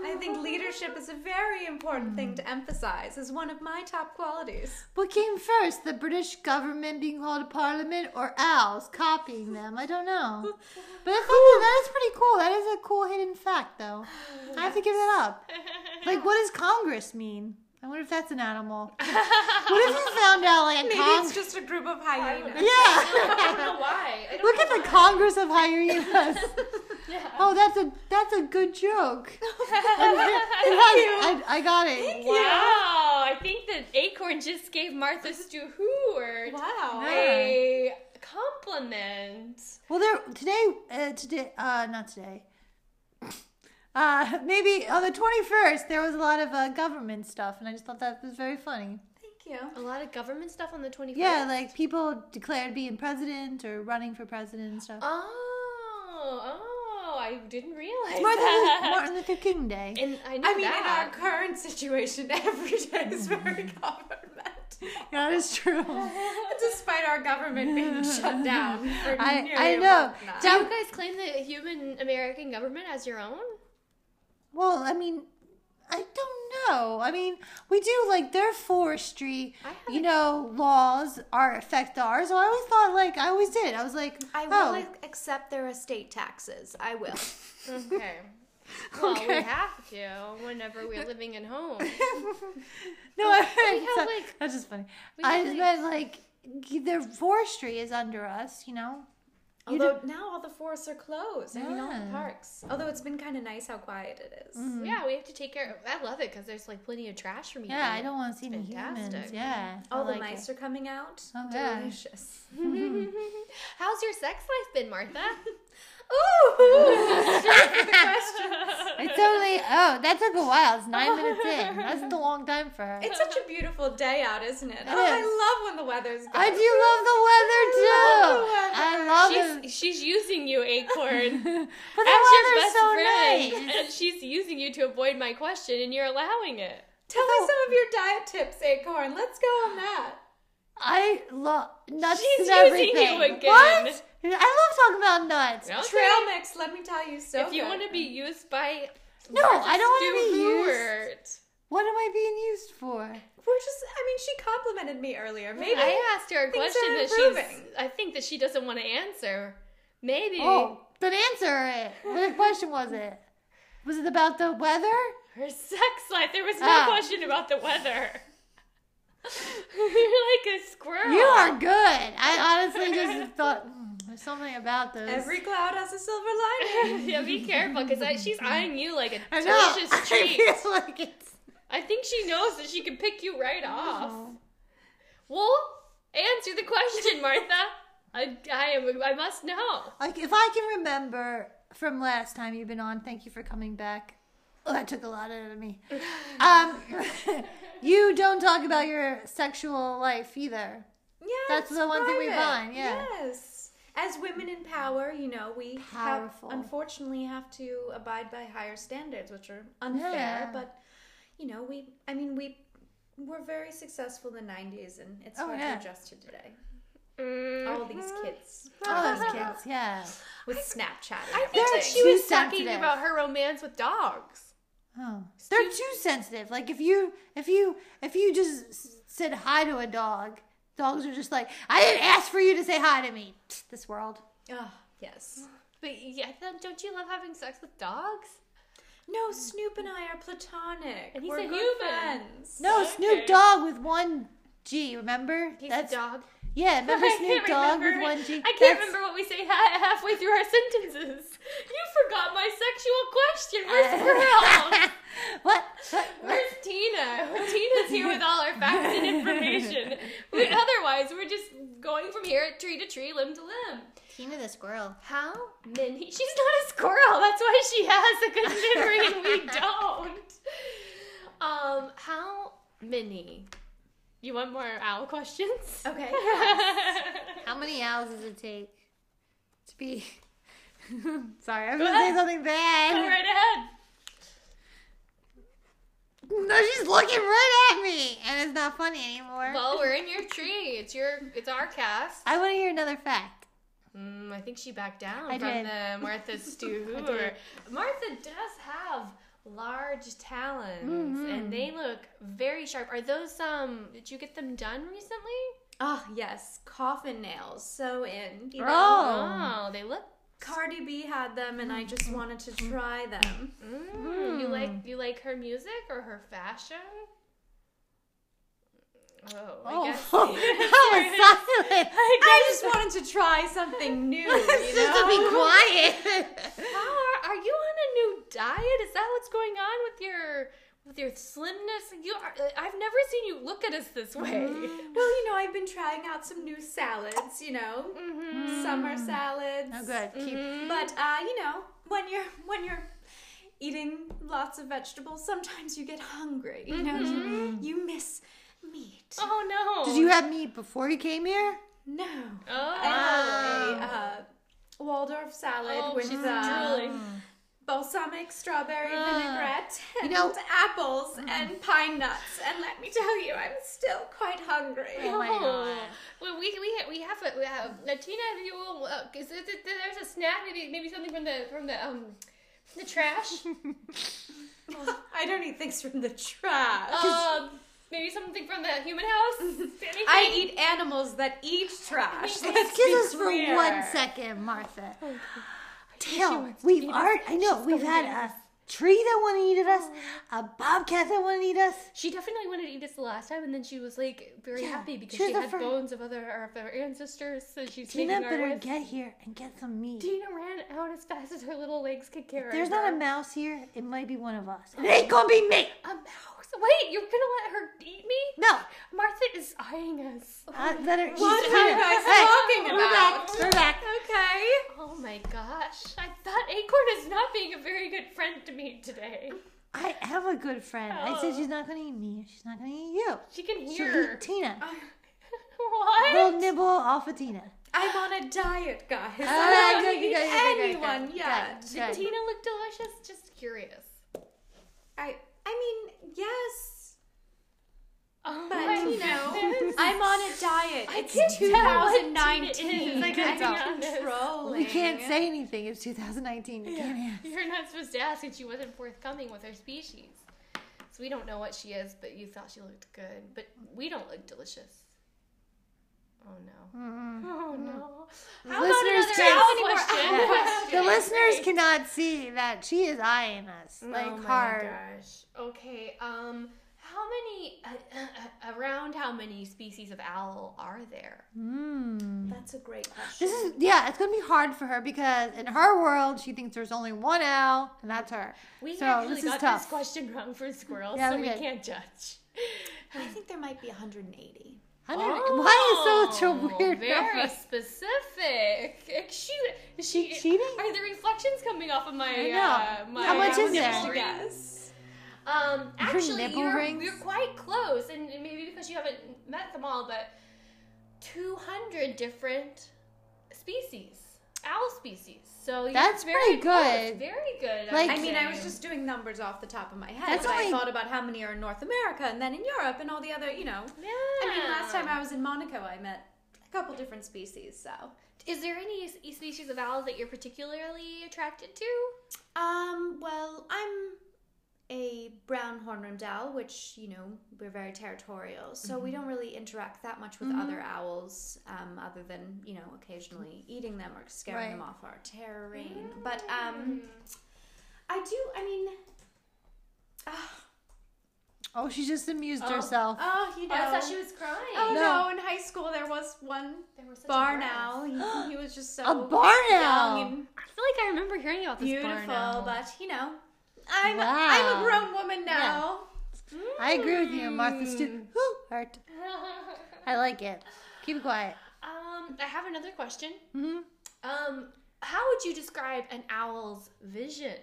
E: I think leadership is a very important thing to emphasize as one of my top qualities.
A: What came first, the British government being called a parliament or owls copying them? I don't know. But I thought that, that is pretty cool. That is a cool hidden fact, though. I have to give that up. Like, what does Congress mean? I wonder if that's an animal. What if you found out, like, a
E: Maybe it's
A: Congress?
E: just a group of hyenas.
B: I
A: Yeah.
B: don't know why. I don't
A: Look
B: know
A: at the
B: why.
A: Congress of hyenas. Oh, that's a that's a good joke. I, I got it.
B: Wow! I think that Acorn just gave Martha Stewart
E: Wow.
B: a compliment.
A: Well, there today, uh, today, uh, not today. Uh, maybe on the twenty first, there was a lot of uh, government stuff, and I just thought that was very funny.
E: Thank you.
B: A lot of government stuff on the twenty fourth.
A: Yeah, like people declared being president or running for president and stuff.
B: Oh, oh! I didn't realize
A: It's Martin,
B: that.
A: Luther, Martin Luther King Day.
B: and I know
E: I mean, in our
B: that.
E: current situation, every day is very government.
A: That is true.
E: Despite our government being shut down for
A: I-
E: nearly
A: I
E: a
A: know.
E: month now.
B: Do you guys claim the human American government as your own?
A: Well, I mean, I don't know. I mean, we do like their forestry,
B: I have
A: you know, laws are affect ours. So I always thought like I always did. I was like,
E: I will
A: oh,
E: ac- accept their estate taxes. I will.
B: Okay. Well,
A: Okay.
B: we have to whenever we're living at home.
A: No, I
B: have,
A: so-
B: like-
A: that's just funny.
B: we
A: I
B: have,
A: just
B: like-
A: meant like their forestry is under us, you know. You
E: Although now all the forests are closed. I mean, all the
A: Yeah. Mm-hmm.
E: parks. Although it's been kind of nice how quiet it is.
B: yeah, we have to take care. of I love it because there's like plenty of trash for me. to
A: Yeah, I
B: eat.
A: don't want to see any
B: Fantastic.
A: humans. Yeah, I
E: All the
A: like
E: mice
A: it.
E: are coming out.
A: Oh, yeah.
E: Delicious.
B: How's your sex life been, Martha?
A: It's totally. Oh, that took a while. It's nine minutes in. That's a long time for her.
E: It's such a beautiful day out, isn't it?
A: is.
E: Oh, I love when the weather's good.
A: I do love the weather too. I love it.
B: she's, she's using you, Acorn.
A: But the
B: That's your
A: weather's
B: best
A: so
B: friend.
A: nice.
B: And she's using you to avoid my question, and you're allowing it.
E: Tell me some of your diet tips, Acorn. Let's go on that.
A: I love nuts
B: She's
A: and everything.
B: using you again.
A: What? I love talking about nuts.
B: Okay.
E: Trail mix, let me tell you, so
B: if you
E: good.
B: want to be used by
A: No, I don't want to be used.
B: Stewart,
A: What am I being used for?
E: We're just, I mean, she complimented me earlier. Maybe.
B: I asked her a
E: Things are
B: question that she's.
E: improving.
B: I think that she doesn't want to answer. Maybe.
A: Oh, then answer it. What question was it? Was it about the weather?
B: Her sex life. There was no
A: Ah.
B: question about the weather. You're like a squirrel.
A: You are good. I honestly just thought "Hmm, there's something about this.
E: Every cloud has a silver lining.
B: yeah, be careful because she's eyeing you like a
A: I know.
B: delicious treat.
A: I feel like it's.
B: I think she knows that she can pick you right off. Well, answer the question, Martha. I, I am. I must know.
A: Like if I can remember from last time you've been on. Thank you for coming back. Oh, that took a lot out of me. Um, you don't talk about your sexual life either.
E: Yeah,
A: That's
E: it's
A: the one thing we
E: private.
A: find, yeah.
E: Yes. As women in power, you know, we have,
A: Powerful.
E: unfortunately have to abide by higher standards, which are unfair.
A: Yeah.
E: But you know, we I mean we were very successful in the nineties and it's
A: Oh,
E: hard
A: yeah.
E: to adjust to today. All these kids
A: All those kids, yeah.
E: with Snapchat.
B: I
E: and
B: think that
E: everything.
B: she
A: Too
B: was talking
A: sensitive.
B: about her romance with dogs.
A: Oh. They're too sensitive. Like if you if you if you just s- said hi to a dog, dogs are just like, I didn't ask for you to say hi to me. Pfft, This world.
E: Ah, yes.
B: But yeah, then don't you love having sex with dogs?
E: No, Snoop and I are platonic.
B: And he's
E: We're
B: a
E: good
B: human.
E: friends.
A: No,
B: Okay.
A: Snoop Dogg with one G. Remember?
B: He's a dog.
A: Yeah, remember
B: I
A: Snoop
B: can't
A: Dog with
B: remember.
A: one G.
B: I can't
A: That's-
B: remember what we say ha- halfway through our sentences. You forgot my sexual question. Where's Pearl?
A: what? What? What?
B: Where's Tina? Tina's here with all our facts and information. We, otherwise, we're just going from here, tree to tree, limb to limb.
A: Tina the squirrel.
B: How many? She's not a squirrel. That's why she has a good memory and we don't. Um, how many? You want more owl questions?
E: Okay.
A: How many hours does it take to be? Sorry, I'm gonna say something
B: Go
A: bad.
B: right ahead.
A: No, she's looking right at me, and it's not funny anymore.
B: Well, we're in your tree. It's your. It's our cast.
A: I want to hear another fact.
B: Mm, I think she backed down
A: I
B: from
A: did.
B: the Martha Stewart. Martha does have large talons, and they look very sharp. Are those um? Did you get them done recently?
E: Ah, yes. Coffin nails. So in, you know.
A: Oh.
B: Oh, they look.
E: Cardi B had them, and I just wanted to try them.
B: Mm. You like you like her music or her fashion? Oh, I guess.
A: that was silent.
E: I just wanted to try something new. You
A: Just to
E: know?
A: be quiet.
B: How are, are you on a new diet? Is that what's going on with your with your slimness? You are, I've never seen you look at us this way.
E: Well, you know, I've been trying out some new salads. You know, summer salads.
A: oh, good. Keep.
E: But uh, you know, when you're when you're eating lots of vegetables, sometimes you get hungry. You know, you, you miss meat.
B: Oh no!
A: Did you have meat before you came here?
E: No, I
B: Oh,
E: had a uh, Waldorf salad
B: oh
E: with
B: she's
E: uh,
B: drooling.
E: balsamic strawberry vinaigrette and
A: Ah. know- Mm.
E: apples and pine nuts. And let me tell you, I'm still quite hungry.
B: Oh. Well, we we we have a we have now, Tina. If you will, uh, is it, it- there's a snack? Maybe maybe something from the from the um the trash.
A: Oh.
E: I don't eat things from the trash.
B: um, maybe something from the human house. Anything?
E: I eat animals that eat trash. Let's be
A: Excuse us for
E: clear.
A: one second, Martha. Tell, we've already, I know, we've had a tree that wanted to eat at us, a bobcat that wanted to eat us.
B: She definitely wanted to eat us the last time, and then she was like very
A: Yeah,
B: happy because
A: she was
B: she
A: the
B: had
A: fir-
B: bones of other of her ancestors. So she's
A: Tina
B: taking our
A: better
B: with.
A: get here and get some meat.
B: Tina ran out as fast as her little legs could carry.
A: There's
B: her.
A: not a mouse here. It might be one of us. It ain't gonna be me.
B: a mouse. Wait, you're gonna let her eat me?
A: No.
B: Martha is eyeing us.
A: Uh, let her,
E: What
A: she's
E: are you
A: Tina.
E: guys
A: Hey,
E: talking
A: We're back.
E: about?
A: We're back.
E: Okay.
B: Oh my gosh. I thought Acorn is not being a very good friend to me today.
A: I am a good friend. I said
B: Oh.
A: she's not gonna eat me. She's not gonna eat you.
B: She can
A: She'll
B: hear.
A: eat Tina.
B: what?
A: Little nibble off of Tina.
E: I'm on a diet, guys. I
A: right,
E: don't
A: good,
E: eat
A: good, good, good, good,
E: anyone
A: good,
E: yet.
A: good.
B: Did Tina look delicious? Just curious.
E: I, I mean, yes,
B: Oh
E: but
B: my
E: you know,
B: goodness.
E: I'm on a diet.
B: can't
E: It's
B: tell what Tina
E: 2019.
B: is. I
E: I'm
B: can't be honest.
E: controlling.
A: We can't say anything. It's 2019. You can't ask.
B: You're not supposed to ask, and she wasn't forthcoming with her species. So we don't know what she is, but you thought she looked good. But we don't look delicious. Oh no. Oh no. How about
A: Listeners
B: another
A: can't-
B: owl question?
A: The listeners cannot see that she is eyeing us like
B: oh my
A: hard.
B: gosh. Okay. Um, how many uh, uh, around how many species of owl are there?
A: Mm.
E: That's a great question.
A: This is yeah, it's gonna be hard for her because in her world she thinks there's only one owl and that's her.
B: We
A: So,
B: actually
A: this is
B: got
A: tough.
B: this question wrong for ssquirrels,
A: Yeah,
B: so
A: we
B: we
A: did.
B: can't judge.
E: I think there might be 180.
A: Hundred- Why You're such a weirdo.
B: Oh, Very specific. She,
A: Is she cheating?
B: Are the reflections coming off of my?
A: I know.
B: Uh, my
A: How much is
B: nipple
A: that?
B: ring?
E: Yes.
B: Um, actually,
A: nipple
B: you're,
A: rings?
B: you're quite close, and maybe because you haven't met them all, but 200 different species, owl species. So you're
A: That's
B: very
A: pretty
B: close,
A: good.
B: Very good.
A: Like-
B: would
E: I mean, I
B: say.
E: was just doing numbers off the top of my head.
A: That's
E: but
A: only-
E: I thought about how many are in North America and then in Europe and all the other, you know.
B: Yeah.
E: I mean, last time I was in Monaco, I met a couple different species, so.
B: Is there any s- species of owls that you're particularly attracted to?
E: Um, well, I'm a brown horn-rimmed owl, which, you know, we're very territorial, so we
A: Mm-hmm.
E: don't really interact that much with other owls, um, other than, you know, occasionally eating them or scaring them
A: Right. Mm.
E: off our terrain. But, um, I do, I mean, ah,
A: Oh, she just amused herself.
E: oh, you know.
B: Oh, I thought she was crying.
E: Oh
A: No.
E: no. in high school there was one
B: There was such a
E: barn
B: barn
E: owl. He, he was just so
A: A barn
E: young
A: owl.
E: and
B: I feel like I remember hearing about this barn
E: beautiful,
B: owl.
E: but you know, I'm
A: Wow.
E: I'm a grown woman now.
A: I agree with you, Martha Stewart. Woo, Heart. I like it. Keep it quiet.
B: um, I have another question.
A: Mhm.
B: Um, how would you describe an owl's vision?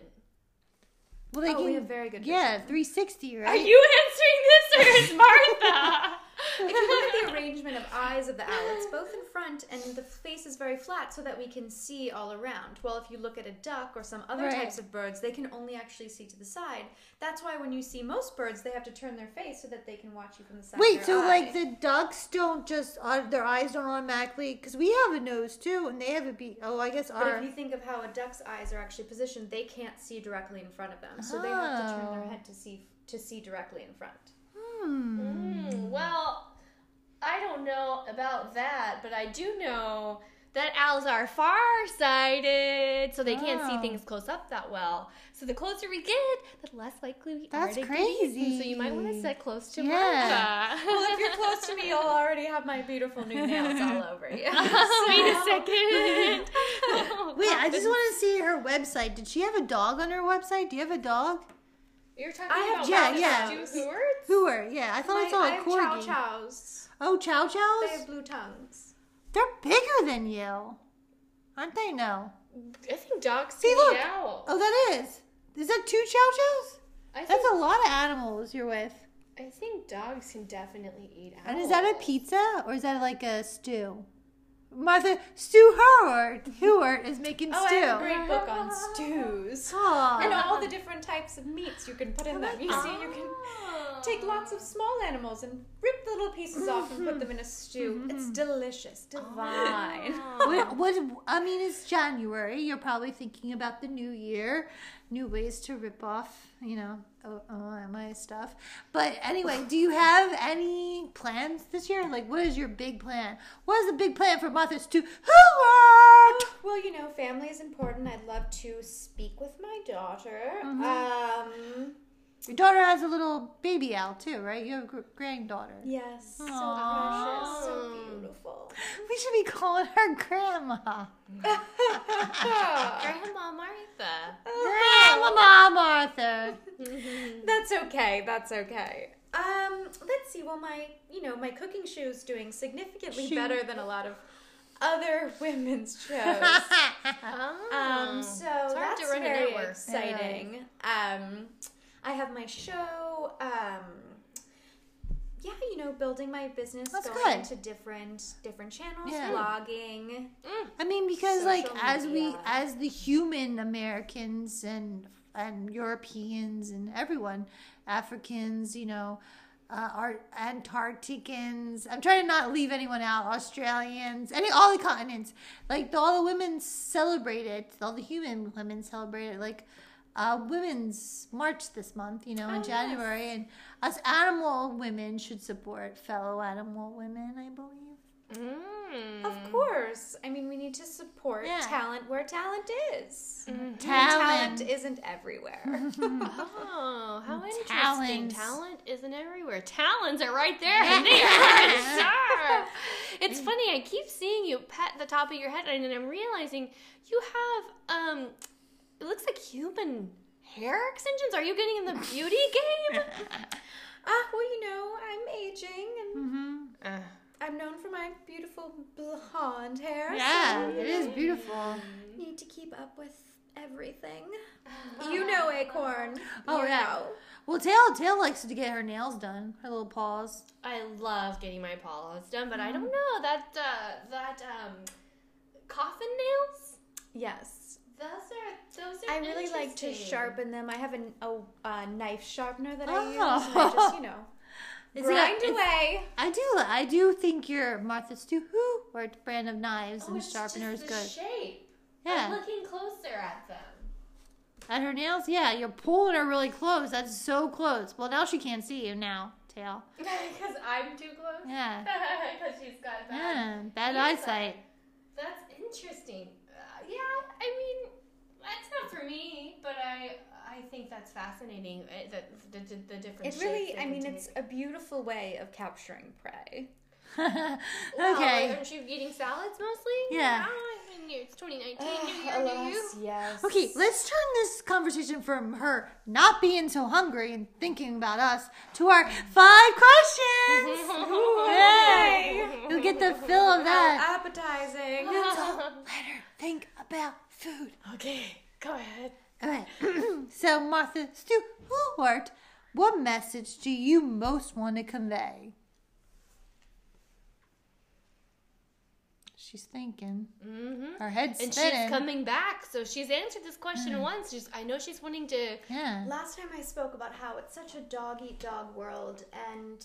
A: Well, they
E: Oh,
A: can,
E: we have very good
A: Yeah, 360, right?
B: Are you answering this or is Martha?
E: If you look at the arrangement of eyes of the owl, it's both in front and the face is very flat so that we can see all around. Well, if you look at a duck or some other
A: Right.
E: types of birds, they can only actually see to the side. That's why when you see most birds, they have to turn their face so that they can watch you from the side. of
A: Wait,
E: their
A: so
E: eye.
A: like the ducks don't just uh, their eyes don't automatically because we have a nose too, and they have a beak. Oh, I guess
E: But
A: our
E: if you think of how a duck's eyes are actually positioned, they can't see directly in front of them, so they have to turn
A: Oh.
E: their head to see to see directly in front.
B: Hmm, well, I don't know about that, but I do know that owls are far-sighted, so they can't see
A: Oh.
B: things close up that well. So the closer we get, the less likely we
A: That's
B: are to get eaten. So you might want
A: crazy.
B: to sit close to
A: Yeah.
B: Martha.
E: Well, if you're close to me, you'll already have my beautiful new nails all over you.
B: Wait a second.
A: wait. I just want to see her website. Did she have a dog on her website? Do you have a dog?
B: You're talking
E: I have
B: about
A: yeah,
B: Martha
A: yeah.
B: Stewart Howards?
A: Who are? Yeah, I thought I saw
E: I
A: a
E: have
A: corgi.
E: chow chows.
A: Oh, chow
E: They
A: chows.
E: have blue tongues.
A: They... are bigger than you, aren't they? No.
B: I think dogs
A: See,
B: see
A: look.
B: owl.
A: Oh, that is. Is that two chow chows?
B: I think,
A: That's a lot of animals you're with.
B: I think dogs can definitely eat owls.
A: And is that a pizza or is that like a stew? Martha Stu Howard Hewart is making
E: Oh, I
A: stew.
E: have a great book on stews.
A: Aw. Oh,
E: And all the different types of meats you can put in them. You see, you can
B: Oh,
E: take lots of small animals and rip the little pieces off and
A: Mm-hmm.
E: put them in a stew. It's delicious, divine.
A: what, what I mean, it's January. You're probably thinking about the new year, new ways to rip off, you know, O- OMI stuff. But anyway, do you have any plans this year? Like, what is your big plan? What is the big plan for Martha Stu Howard?
E: Well, you know, family is important. I'd love to speak with my daughter.
A: Mm-hmm.
E: Um,
A: Your daughter has a little baby owl too, right? You have a gr- granddaughter.
E: yes,
A: Aw.
E: so precious, so beautiful.
A: We should be calling her grandma.
B: Grandma Martha.
A: Grandma Martha.
E: That's okay. That's okay. Um, let's see. Well, my you know my cooking show is doing significantly better than a lot of other women's shows.
A: Hmm.
E: um, so
B: hard
E: that's
B: to run a
E: very
B: network.
E: exciting. Um, I have my show. Um, yeah, you know, building my business,
A: That's
E: going
A: good.
E: to different different channels,
A: Yeah.
E: blogging.
A: I mean, because like
E: Social
A: as we
E: media.
A: as the human Americans and and Europeans and everyone, Africans, you know, uh, our Antarcticans. I'm trying to not leave anyone out. Australians, any all the continents. Like the, all the women celebrate it. All the human women celebrate it. Like. Uh, women's March this month, you know,
E: Oh,
A: in January, and us animal women should support fellow animal women, I believe.
B: Mm.
E: Of course, I mean we need to support
A: Yeah.
E: talent where talent is.
B: Mm-hmm.
A: Talent.
E: isn't everywhere.
B: Oh, how interesting.
A: Talons.
B: Talent isn't everywhere. Talons are right there. And they are sharp. It's funny, I keep seeing you pat the top of your head, and I'm realizing you have, um, it looks like human hair extensions. Are you getting in the beauty game?
E: Ah, well, you know, I'm aging and
A: hmm
B: Uh,
E: I'm known for my beautiful blonde hair.
A: Yeah,
E: so
A: it is beautiful.
E: Need to keep up with everything. You know, Acorn.
A: Oh,
E: you
A: yeah.
E: know.
A: Well, Tail Tail likes to get her nails done, her little paws.
B: I love getting my polyps done, but I don't know that uh, that um, coffin nails.
E: Yes.
B: Those are those are.
E: I really like to
B: interesting.
E: sharpen them. I have an, a, a knife sharpener that I use.
A: Oh.
E: And I just, you know,
A: Is it a-
E: grind
A: it's-
E: away.
A: I do, I do think your Martha Stewart brand of knives
B: Oh,
A: and
B: it's just
A: sharpener is
B: the
A: good.
B: Shape. I'm
A: yeah,
B: looking closer at them.
A: at her nails, yeah, you're pulling her really close. That's so close. Well, now she can't see you now, Tail.
B: Because I'm too close.
A: Yeah,
B: Because she's got bad.
A: yeah, bad
B: Yeah.
A: eyesight.
B: That's interesting. Uh, yeah, I mean, that's not for me, but I I think that's fascinating. uh, that the, the, the different.
E: It
B: shapes
E: really,
B: they
E: I
B: can
E: mean,
B: take.
E: it's a beautiful way of capturing prey.
B: Well,
A: okay.
B: aren't you eating salads mostly?
A: Yeah.
B: Oh, I mean, it's 2019.
E: Ugh,
B: new year, new you.
E: alas, yes.
A: Okay, let's turn this conversation from her not being so hungry and thinking about us to our five questions. Yeah. You'll get the feel of that.
E: Appetizing.
A: Oh. Think about food.
B: Okay, go ahead.
A: Okay. so, Martha Stewart, what message do you most want to convey? She's thinking.
B: Mm-hmm.
A: Her head's
B: And
A: spinning.
B: she's coming back, so she's answered this question once. She's, I know she's wanting to.
A: yeah.
E: Last time I spoke about how it's such a dog eat dog world, and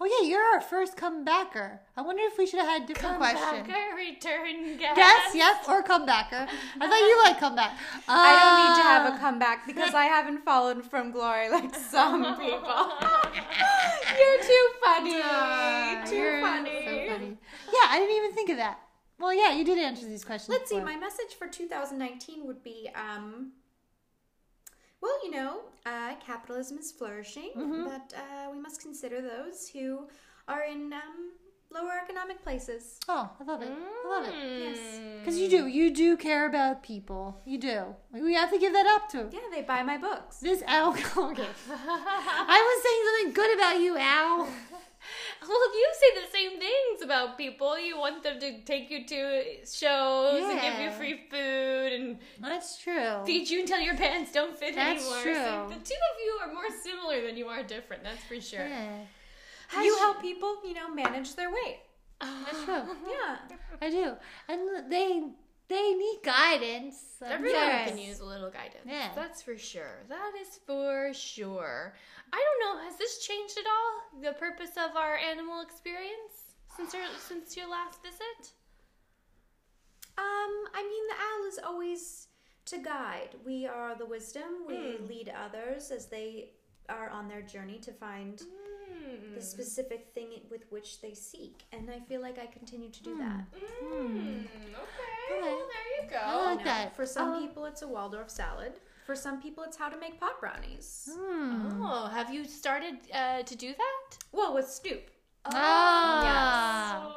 A: Oh yeah, you're our first comebacker. I wonder if we should have had a different question.
B: Backer, return guest.
A: Yes, yes, or comebacker. I thought you like comeback.
E: I don't need to have a comeback because I haven't fallen from glory like some people. you're too funny. too funny.
A: Um, Yeah, I didn't even think of that. Well, yeah, you did answer these questions.
E: Let's see.
A: before.
E: My message for 2019 would be, um, well, you know, uh, capitalism is flourishing, but uh, we must consider those who are in um, lower economic places.
A: Oh, I love it. I love it.
E: Yes.
A: Because you do, you do care about people. You do. We have to give that up to
E: Yeah, they buy my books.
A: this Al. Okay. I was saying something good about you, Al.
B: Well, you say the same things about people. You want them to take you to shows and give you
A: Yeah.
B: free food and
A: That's true.
B: feed you until your pants don't fit
A: That's
B: anymore. So
A: true.
B: the two of you are more similar than you are different. That's for sure.
A: Yeah,
E: you help people, you know, manage their weight.
A: that's true.
E: Yeah.
A: I do, and they they need guidance.
B: Everyone
A: Yes.
B: can use a little guidance.
A: Yeah.
B: That's for sure. That is for sure. I don't know, has this changed at all? The purpose of our animal experience since your since your last visit?
E: Um, I mean, the owl is always to guide. We are the wisdom. We
A: Hmm.
E: lead others as they are on their journey to find
A: Hmm.
E: the specific thing with which they seek. And I feel like I continue to do
A: Hmm.
E: that.
B: Mm, okay.
A: Okay.
B: Well, there you go.
A: I like that.
E: For some
A: Oh.
E: people, it's a Waldorf salad. For some people, it's how to make pot brownies.
A: Hmm.
B: Oh, have you started uh, to do that?
E: Well, with Snoop.
A: Ah.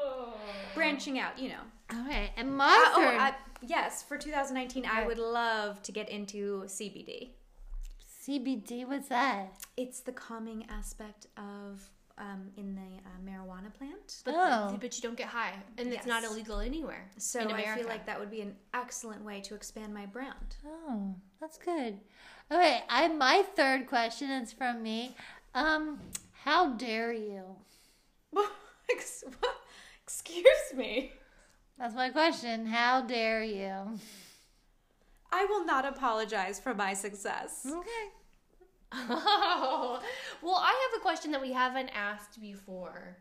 E: Branching out, you know.
A: Okay, and
E: Uh,
A: my
E: oh,
A: turn.
E: I, yes, for 2019, I would love to get into CBD.
A: CBD, what's that?
E: It's the calming aspect of um, in the uh, marijuana plant.
B: But,
A: Oh.
B: but you don't get high, and it's not
E: Yes.
B: illegal anywhere.
E: So
B: in
E: I
B: America.
E: feel like that would be an excellent way to expand my brand.
A: Oh, that's good. Okay, I my third question is from me. Um, how dare you?
E: Excuse me.
A: That's my question. How dare you?
E: I will not apologize for my success.
A: Okay.
B: Oh, well, I have a question that we haven't asked before.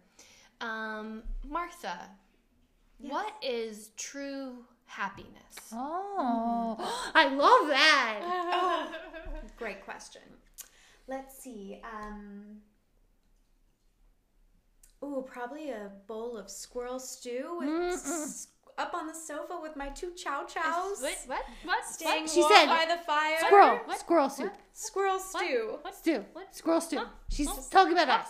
B: Um, Martha, what is true happiness?
A: Oh, I love that.
E: Great question. Let's see. Um, ooh, probably a bowl of squirrel stew with s- up on the sofa with my two chow chows.
B: What? What? What?
E: Staying
A: She
E: warm
A: said-
E: by the fire.
A: Squirrel,
B: What?
A: squirrel soup,
E: Squirrel stew.
A: stew,
B: What?
A: squirrel stew. She's talking about us.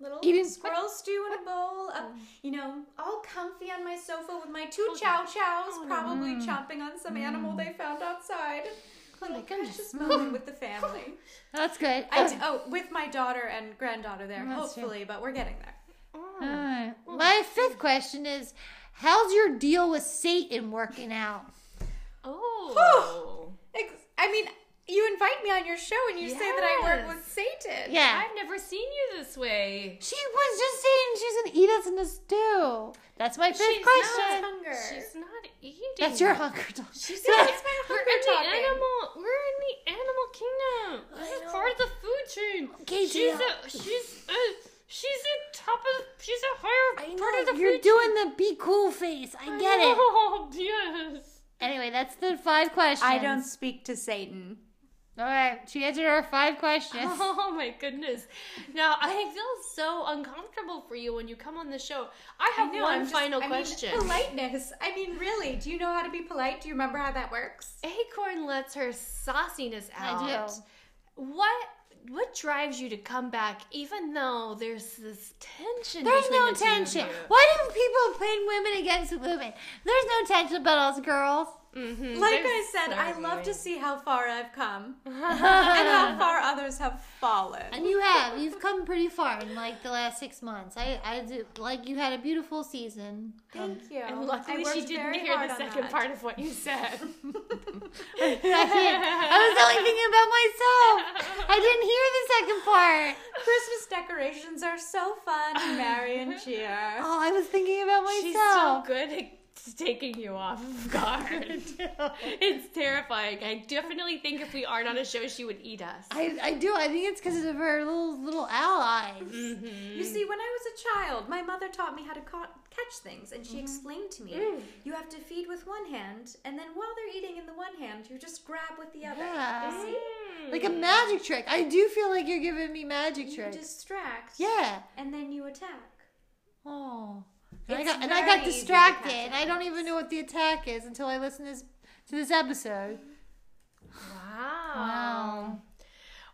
E: little
A: Eating-
E: squirrel stew in a bowl,
B: Oh.
E: up, you know, all comfy on my sofa with my two chow
B: oh,
E: chows, probably
B: mm.
E: chomping on some animal they found outside. A little precious
B: Mm.
E: moment with the family.
A: That's good.
E: I d- oh, with my daughter and granddaughter there,
A: That's true.
E: hopefully, but we're getting there.
A: Alright. My fifth question is How's your deal with Satan working out?
B: Oh.
E: Ex- I mean, you invite me on your show and you say that I work with Satan.
A: Yeah.
B: I've never seen you this way.
A: She was just saying she's gonna eat us in a stew. That's my fifth
B: She's
A: question.
B: not-
E: Hunger.
B: She's not eating.
A: That's your hunger talk.
B: She's
A: Yeah,
B: not.
A: it's
E: my
B: We're
E: hunger
B: in the
E: talking.
B: animal. We're in the animal kingdom. This is part of the food chain.
A: Okay,
B: she's
A: Gia.
B: a. She's a. She's a top of. She's a higher part of the
A: You're
B: food
A: doing the be cool face. I get it.
B: Oh yes.
A: Anyway, that's the five questions.
E: I don't speak to Satan.
A: All right, she answered our five questions.
B: Oh my goodness. Now I feel so uncomfortable for you when you come on the show. I have one
E: I'm just-
B: final
E: I mean,
B: question.
E: politeness. I mean, really, do you know how to be polite? Do you remember how that works?
B: Acorn lets her sauciness out.
A: I
B: What what drives you to come back even though there's this tension?
A: There's
B: between
A: no
B: the two of
A: tension.
B: you?
A: Why do people pin women against women? There's no tension about us girls.
B: Mhm,
E: Like
B: there's
E: I said, I
B: certainly-
E: love to see how far I've come and how far others have fallen.
A: And you have. You've come pretty far in like the last six months. I, I do. Like you had a beautiful season.
E: Thank you.
B: And
E: I
B: luckily,
E: worked
B: she didn't
E: very
B: hear
E: hard
B: the
E: on
B: second
E: that.
B: part of what you said.
A: I, did. I was only thinking about myself. I didn't hear the second part.
E: Christmas decorations are so fun, Mary and Cheer.
A: Oh, I was thinking about
B: She's so
A: myself.
B: good at taking you off guard. it's terrifying. I definitely think if we aren't on a show, she would eat us.
A: I, I do. I think it's because of her little little allies.
E: Mm-hmm. You see, when I was a child, my mother taught me how to ca- catch things, and she explained to me you have to feed with one hand, and then while they're eating in the one hand, you just grab with the other.
A: Yeah.
E: You see?
B: Mm.
A: Like a magic trick. I do feel like you're giving me magic
E: You
A: tricks.
E: distract,
A: yeah.
E: and then you attack.
A: Oh. And I
E: It's
A: got and I
E: very
A: got
E: easy to
A: distracted.
E: catch
A: And I don't even know what the attack is until I listen to this, to this episode.
B: Wow.
E: Um,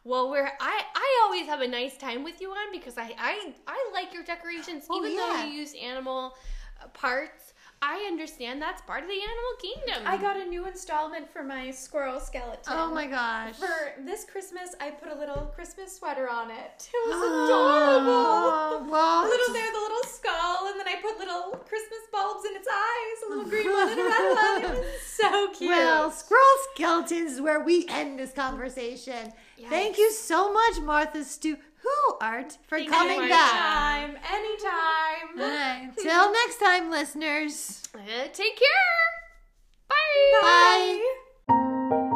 B: Well, we're I I always have a nice time with you on because I I I like your decorations
A: Oh, yeah.
B: even though you use animal uh, parts. I understand that's part of the animal kingdom.
E: I got a new installment for my squirrel skeleton.
A: Oh my gosh.
E: For this Christmas, I put a little Christmas sweater on it. It was
A: Ah, Oh,
E: adorable.
A: well,
E: A little there, the little skull, and then I put little Christmas bulbs in its eyes, a little green one and a red one. It was so cute.
A: Well, squirrel skeletons is where we end this conversation. Thank you so much, Martha Stu. Who art for
B: Thank you,
A: coming
B: Martha.
A: back?
E: Anytime, anytime.
A: Alright, Till next time, listeners.
B: Uh, take care. Bye.
A: Bye.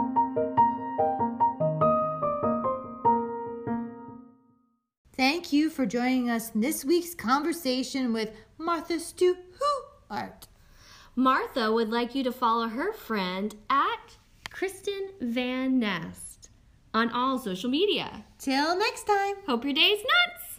A: Thank you for joining us in this week's conversation with Martha Stu Who Art.
B: Martha would like you to follow her friend at Kristen Van Nest on all social media.
A: Till next time.
B: Hope your day's nuts.